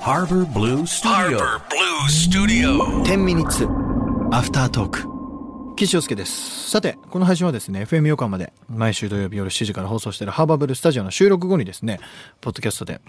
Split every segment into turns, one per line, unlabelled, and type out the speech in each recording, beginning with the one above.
Harbor Blue Studio.
天ミニッツアフタートーク岸洋介ですさてこの配信はですね FM 横浜で毎週土曜日夜7時から放送しているハーバーブルースタジオの収録後にですねポッドキャストで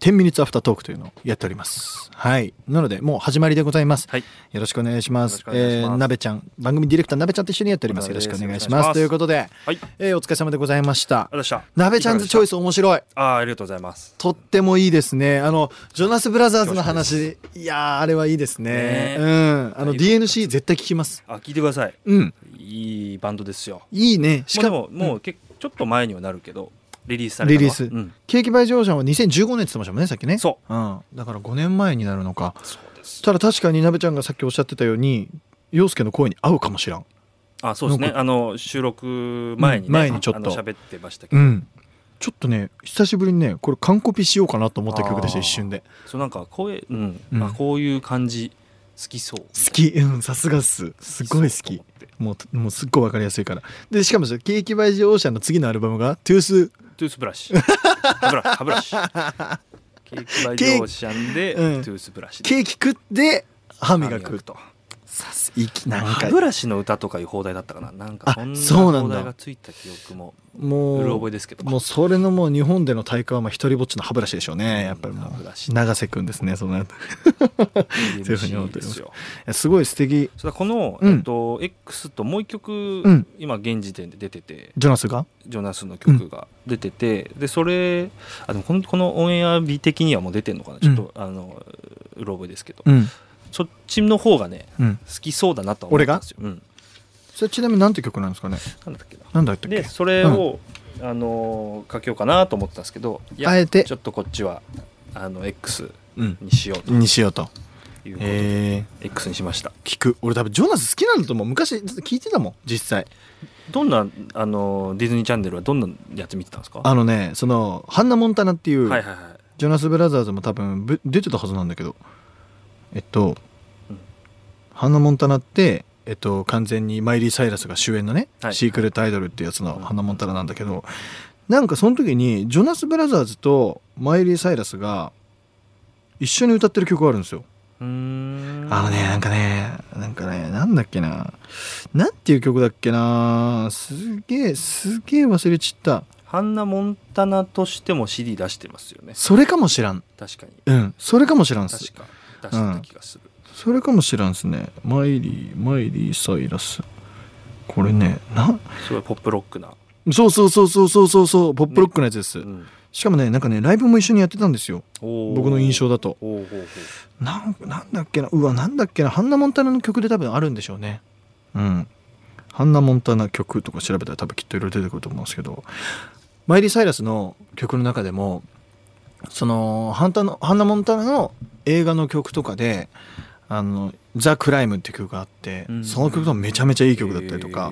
10ミニッツアフタートークというのをやっておりますはいなのでもう始まりでございます、
はい
よろしくお願いします
よろしくお願いします
えーなべちゃん番組ディレクターなべちゃんと一緒にやっておりますよろ
なべ
し
です
くお願いし
よろしくお願
ま
いし
す
ます
ということで、
はい
えーお疲れ様でございました
ありがとうございました
なべちゃんズチョイス面白い
あーありがとうございます。
とってもいいですね。あの、ジョナスブラザーズの話、いやー、あれはいいですね。
ね
うん。あの、
いいこと
DNC 絶対聞きます。
あ聞いてください。
うん。
いいバンドですよ。
いいね。し
し
か
か
も
も、もうけちょっと前にはなるけどリリースされた
リ
のは
リース。
うん、
ケーキバイジョージャンは2015年って言ってましたもんね、さっきね。。
そう
うん。だから5年前になるのか。
そうです。
ただ確かに、なべちゃんがさっきおっしゃってたように、陽介の声に合うかもしらん。
あそうです
な
ね
ん。
あの収録前に、ね
うん前にちょっと
あの喋ってましたけ
う
ど、
ん。ちょっとね、久しぶりにね、これ完コピしようかなと思った曲でした、
あー
一瞬で。
そうなんか声うん、
うん
あこういう感じ好きそう。
好き。うん、さすがっす。すごい好き
そう。と思って。
もう、もうすっごいわかりやすいから。で、しかもさケーキバイジョージャンの次のアルバムが、トゥース
トゥースブラシ。歯ブラシ歯ブラシ。ケーキバイジョーシャンで、
うん
トゥースブラシで。
ケーキ食って歯磨
歯
く
と。
さすいきなん
歯
か
ブラシの歌とかいう放題だったかな。なんかそん
あそうな
なん放
だ
題がついた記憶もうる
も
覚え
う
ですけど。
もうそれのもう日本での体感はまあ一人ぼっちの歯ブラシでしょうねやっぱりも
歯ブラ
う
シ
永瀬くんですねその
いい
そういうふうに思っておりま
ですすよ。
すごい素敵
それこの、
うん
えっと、X ともう一曲、
うん
今現時点で出てて
ジョナスが
ジョナスの曲が出てて、でそれあでもこのこのオンエア日的にはもう出てんのかなちょっと、あのうろ覚えですけど、
うん
そっちの方がね
うん
好きそうだなとは思ったんですよ。うん、
それちなみになんて曲なんですかね
なんだっけな
なんだったっけ
でそれを、あのー書けようかなと思ってたんですけどいや
あえて
ちょっとこっちはあの X
うん
にしようと
にしようと
いうことで、
え
X にしました。
ー、聞く俺多分ジョナス好きなんだと思う昔聞いてたもん実際
どんなあのディズニーチャンネルはどんなやつ見てたんですか
あのねそのハンナ・モンタナっていう
はいはいはい
ジョナス・ブラザーズも多分ぶ出てたはずなんだけどえっと、
うん
ハンナ・モンタナって、えっと、完全にマイリー・サイラスが主演のね、
はい
シークレット・アイドルってやつの
うん
ハンナ・モンタナなんだけど、なんかその時にジョナス・ブラザーズとマイリー・サイラスが一緒に歌ってる曲があるんですよ。
うーん
あのねなんかねなんかねなんだっけななんていう曲だっけなすげえすげえ忘れちった
ハンナ・モンタナとしても CD 出してますよね
それかもしらん
確かに
うんそれかもしらんす
確か出してた気がする、
それかもしらんすねマイリーマイリーサイラスこれねな
すごいポップロックな、
そうそうそうそうそうそうそうポップロックのやつです、
うん
しかもねなんかねライブも一緒にやってたんですよ
おー
僕の印象だと
おーほうほう
なんなんだっけなうわなんだっけなハンナ・モンタナの曲で多分あるんでしょうねうんハンナ・モンタナ曲とか調べたら多分きっといろいろ出てくると思うんですけどマイリー・サイラスの曲の中でもそのハンタのハンナ・モンタナの映画の曲とかで「あのザ・クライム」って曲があって、
うん
その曲とかめちゃめちゃいい曲だったりとか、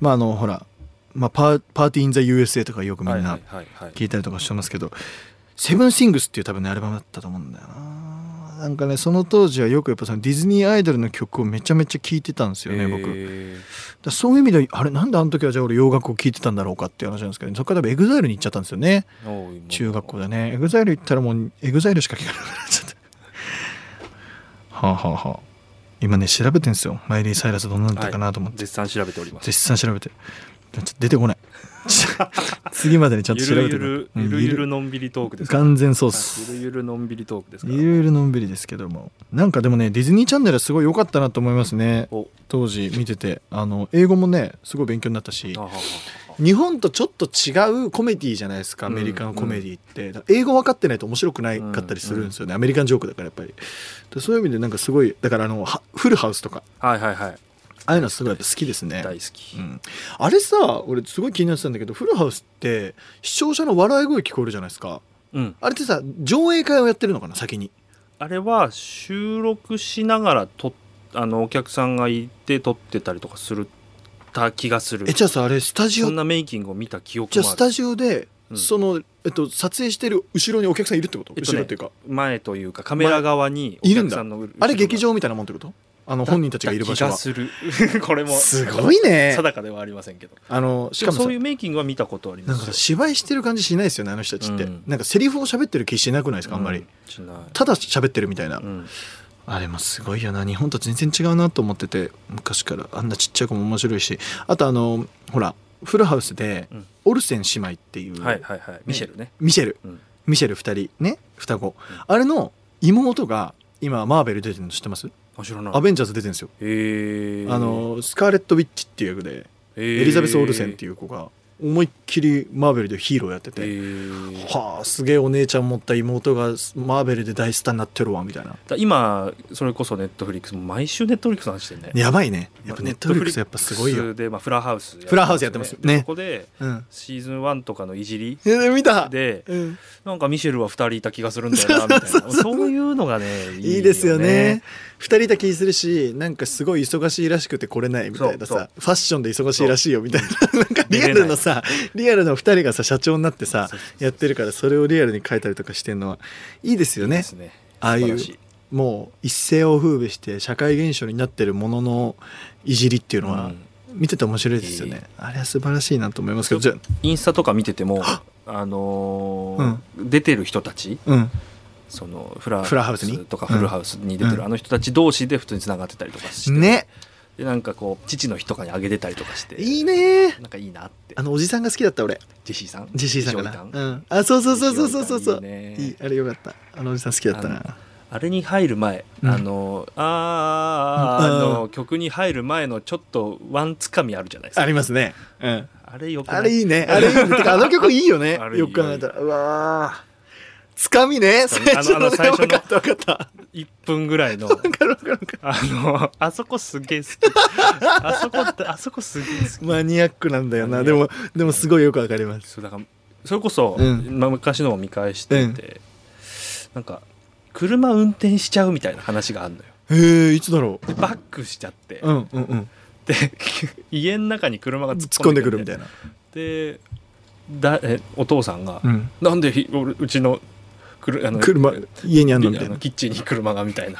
まああのほら、まあ、パーパーティー・イン・ザ・ USA とかよく
えー
みん
は
ない
はいはいはい
聞いたりとかしてますけど「セブンシングス」っていう多分ねアルバムだったと思うんだよななんかねその当時はよくやっぱそのディズニーアイドルの曲をめちゃめちゃ聴いてたんですよね、僕だか
えー
らそういう意味であれなんであの時はじゃあ俺洋楽を聴いてたんだろうかっていう話なんですけどそこから多分エグザイルに行っちゃったんですよね
おー
中学校でねエグザイル行ったらもうエグザイルしか聴かなくなっちゃってはあはあはあ今ね調べてんですよマイリー・サイラスどんなのだったかなと思って、
絶賛調べております
絶賛調べてるちょっと出て こない次までにちゃんと調べ
ゆる
て
ゆ
くる
るゆるゆるのんびりトークですから
完全そうっす、
はいゆるゆるのんびりトークですから
いろいろのんびりですけどもなんかでもねディズニーチャンネルはすごい良かったなと思いますね
お
当時見ててあの英語もねすごい勉強になったし
あははは
日本とちょっと違うコメディじゃないですかア
うん
メリカンコメディって、だから英語分かってないと面白くないかったりするんですよね、アメリカンジョークだからやっぱりでそういう意味でなんかすごいだからあのはフルハウスとか
はいはいはい
ああいうのすごいやっぱ好きですね
大好き、
うん、あれさ俺すごい気になってたんだけどフルハウスって視聴者の笑い声聞こえるじゃないですか
うん、
あれってさ上映会をやってるのかな先に
あれは収録しながらとあのお客さんがいて撮ってたりとかするた気がする
えじゃあさあれスタジオ
そんなメイキングを見た記憶
じゃあ
も
ス
ある
タジオで、
うん
その、えっと、撮影してる後ろにお客さんいるってこと、
えっと
後
ね
ろっていうか
前というかカメラ側にお
いるん
客
だ
さんの後ろが
あれ劇場みたいなもんってことあの本人たちがいる場所
だ
は
った気がする これも
すごいね
定かではありませんけど
あのし
し
か
か
も
も
さ
そういうメイキングは見たことありま
なん
す
か芝居してる感じしないですよねあの人たちって、
うん
なんかセリフを喋ってる気しなくないですかあんまり、
うしない
ただ喋ってるみたいな、
うん
あれもすごいよな日本と全然違うなと思ってて昔からあんなちっちゃい子も面白いしあとあのほらフルハウスで
うん
オルセン姉妹っていう、
はいはいはいミシェルね
ミシェル
うん
ミシェル2人ね双子、あれの妹が今マーベル出てるの知ってます、
あ知らない
アベンジャーズ出てるんですよ、
へえ
あのスカーレット・ウィッチっていう役でエリザベス・オルセンって
い
いう子が思いっきりマーベルでヒーローやってて、はあすげえお姉ちゃん持った妹がマーベルで大スターになってるわみたいな
今それこそネットフリックスも毎週ネットフリックスの話してるね
やばいねやっぱネットフリックスやっぱすごいよ、
で、まあ、フラーハウス、
フラーハウスやってますね
でそこで
うん、
シーズン1とかのいじり
え見た、
で
うん、
なんかミシェルは2人いた気がするんだよなみたい なそういうのがねいい
いいですよね二人だけするしなんかすごい忙しいらしくて来れないみたいな
そうそ
さファッションで忙しいらしいよみたいな なんかリアルのさリアルの二人がさ社長になってさ
そうそうそう
やってるからそれをリアルに書いたりとかしてるのはいいですよね
ですね
ああい
素晴
う
らしい
もう一世を風靡して社会現象になってるもののいじりっていうの
う
は
ん
見てて面白いですよね、あれは素晴らしいなと思いますけどじゃあ
インスタとか見ててもあのー出てる人たち
うん
そのフラ
フラハウスに
とかフルハウスに出て
う
る
ん
あの人たち同士で普通につながってたりとかして、
ね
でなんかこう父の日とかにあげてたりとかして
いいね
なんかいいなって
あのおじさんが好きだった俺
ジェシーさん
ジェシーさんか
ジョイ
な
タン
うんあそうそうそうそうそうそうそう
ジョイタンいいね
いいあれよかったあのおじさん好きだったな
あれに入る前、
うん
あのあーあーあーあの曲に入る前のちょっとワンつかみあるじゃないです
あ
か
りますねうん
あれよくない
あれいいねあれいいねてかあの曲いいよね
あれいい
よく考えたらうわーつかみ ね
つ
最
かみあの
初のね
あの最初の
分かった分かった
1分ぐらいの
分かる分かる分かる
あのあそこすげえ好きあそこってあそこすげえ好き
マニアックなんだよな
マニ
で
ア
もでもすごいよくわかります
そうだからそれこそ、
うん
まあ昔のを見返してて、なんか車運転しちゃうみたいな話があるのよ
へえいつだろう
でバックしちゃって、
うんうんうん
で家の中に車が
突っ
突っ
込
込
ん
ん
で
で
くる
くる
み
みた
た
い
いな
なでえお父さんが「
うん
なんでひ俺うちのくるあの
車家にあんのみた
あ
いな
のキッチンに車が」みた いな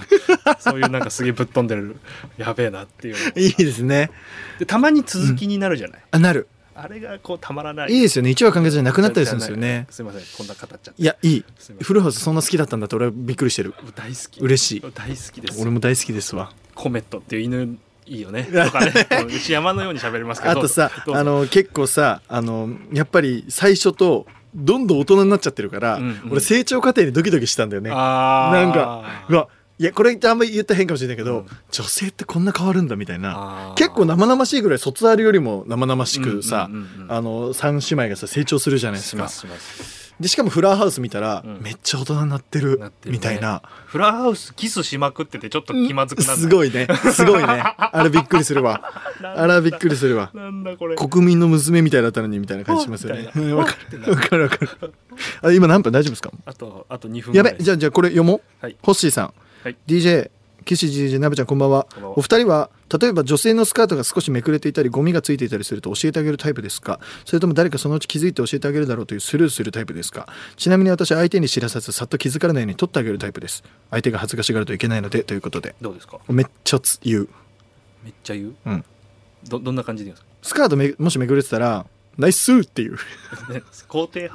そういうなんかすげえぶっ飛んでるやべえなっていうのが
いいですね
でたまに続きになるじゃない、
あなる
あれがこうたまらない
いいですよね一話完結じゃなくなったりするんですよね
すいませんこんな語っちゃって
いやいい
すいません
フルハウスそんな好きだったんだって俺はびっくりしてる
大好き
嬉しい
大好きです
俺も大好きですわ
コメットっていう犬いい よねとかねこの牛山のように喋りますけど
あとさ
どうぞ
あの結構さあのやっぱり最初とどんどん大人になっちゃってるから、
うんうん
俺成長過程にドキドキしたんだよね
あー
なんかうわいやこれってあんまり言ったら変かもしれないけど、
うん
女性ってこんな変わるんだみたいな
あー
結構生々しいぐらい卒アルよりも生々しくさ、
うんうんうんうん
あの3姉妹がさ成長するじゃないで
し
すか
ますします
でしかもフラーハウス見たら、
うん
めっちゃ大人になってる
なってるね
みたいな
フラーハウスキスしまくっててちょっと気まずくなった、
すごいねすごいねあれびっくりするわ
なんだ
あれはびっくりするわ
なんだこれ
国民の娘みたいだったのにみたいな感じしますよね
あみたいな
わかるわかるわかるあ今何分大丈夫ですか
あとあと2分
やべじゃ
ゃ
あじゃあこれ読もう、
はい
ホッシーさん
はい
DJ 岸 DJ なべちゃんこんばんは
こんばんは
お二人は例えば女性のスカートが少しめくれていたりゴミがついていたりすると教えてあげるタイプですかそれとも誰かそのうち気づいて教えてあげるだろうというスルーするタイプですかちなみに私は相手に知らさずさっと気づかれないように取ってあげるタイプです相手が恥ずかしがるといけないのでということで
どうですか
めっちゃつ言う、
めっちゃ言う
うん、
どどんな感じで言うんです
ス
か
カートめもしめくれてたらナイスーっていう
ね 肯定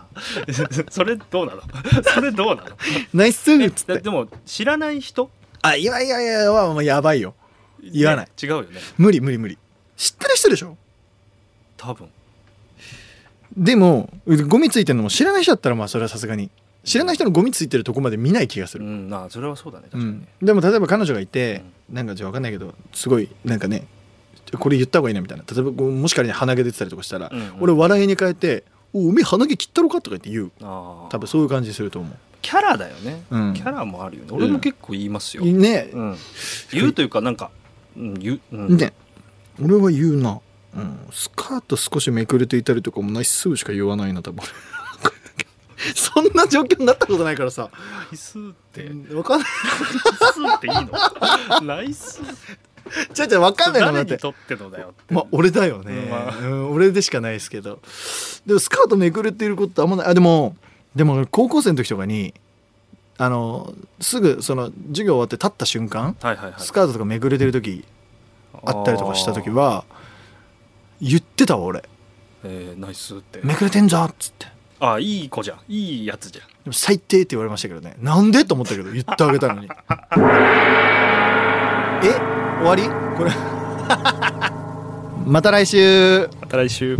派 それどうなのそれどうなの
ナイスーっつ
え
っ
で
て
でも知らない人
あいやいやいやはもうやばいよ言わない
ね違うよね
無理無理無理知ってる人でしょ
多分
でもゴミついてるのも知らない人だったらまあそれはさすがに知らない人のゴミついてるとこまで見ない気がす
う
る、
んなあそれはそうだね
う
確かに
ん
ね、
でも例えば彼女がいて、なんかじゃあ分かんないけどすごいなんかねこれ言った方がいいなみたいな例えばこうもし仮に鼻毛出てたりとかしたら、
うんうん
俺笑いに変えて「おおめえ鼻毛切ったろか?」とか言って言う
ああ
多分そういう感じすると思
キャラだよね、
うん
キャラもあるよね俺も結構言いますよ、
うね
うん言うというかなんか、うん、言う、うん
ね俺は言うな、うん、スカート少しめくれていたりとかもないしすぐしか言わないな多分 そんな状況になったことないからさ
ライスって ライ
分かんない
スっていいの ライス
じゃじゃ分かんないのだ
誰
っ
に
て
とってのだよって
まあ俺だよね、
ま
う
あ
ん、俺でしかないですけどでもスカートめくれていることってあんまないあでもでも俺高校生の時とかにあのすぐその授業終わって立った瞬間
はいはいはい
スカートとかめくれてる時あったりとかした時は言ってたわ俺
あーえーナイスって
「めくれてんぞ」っつって
あーいい子じゃんいいやつじゃん
「でも最低」って言われましたけどねなんでと思ったけど言ってあげたのにえ終わりこれ また来週
また来週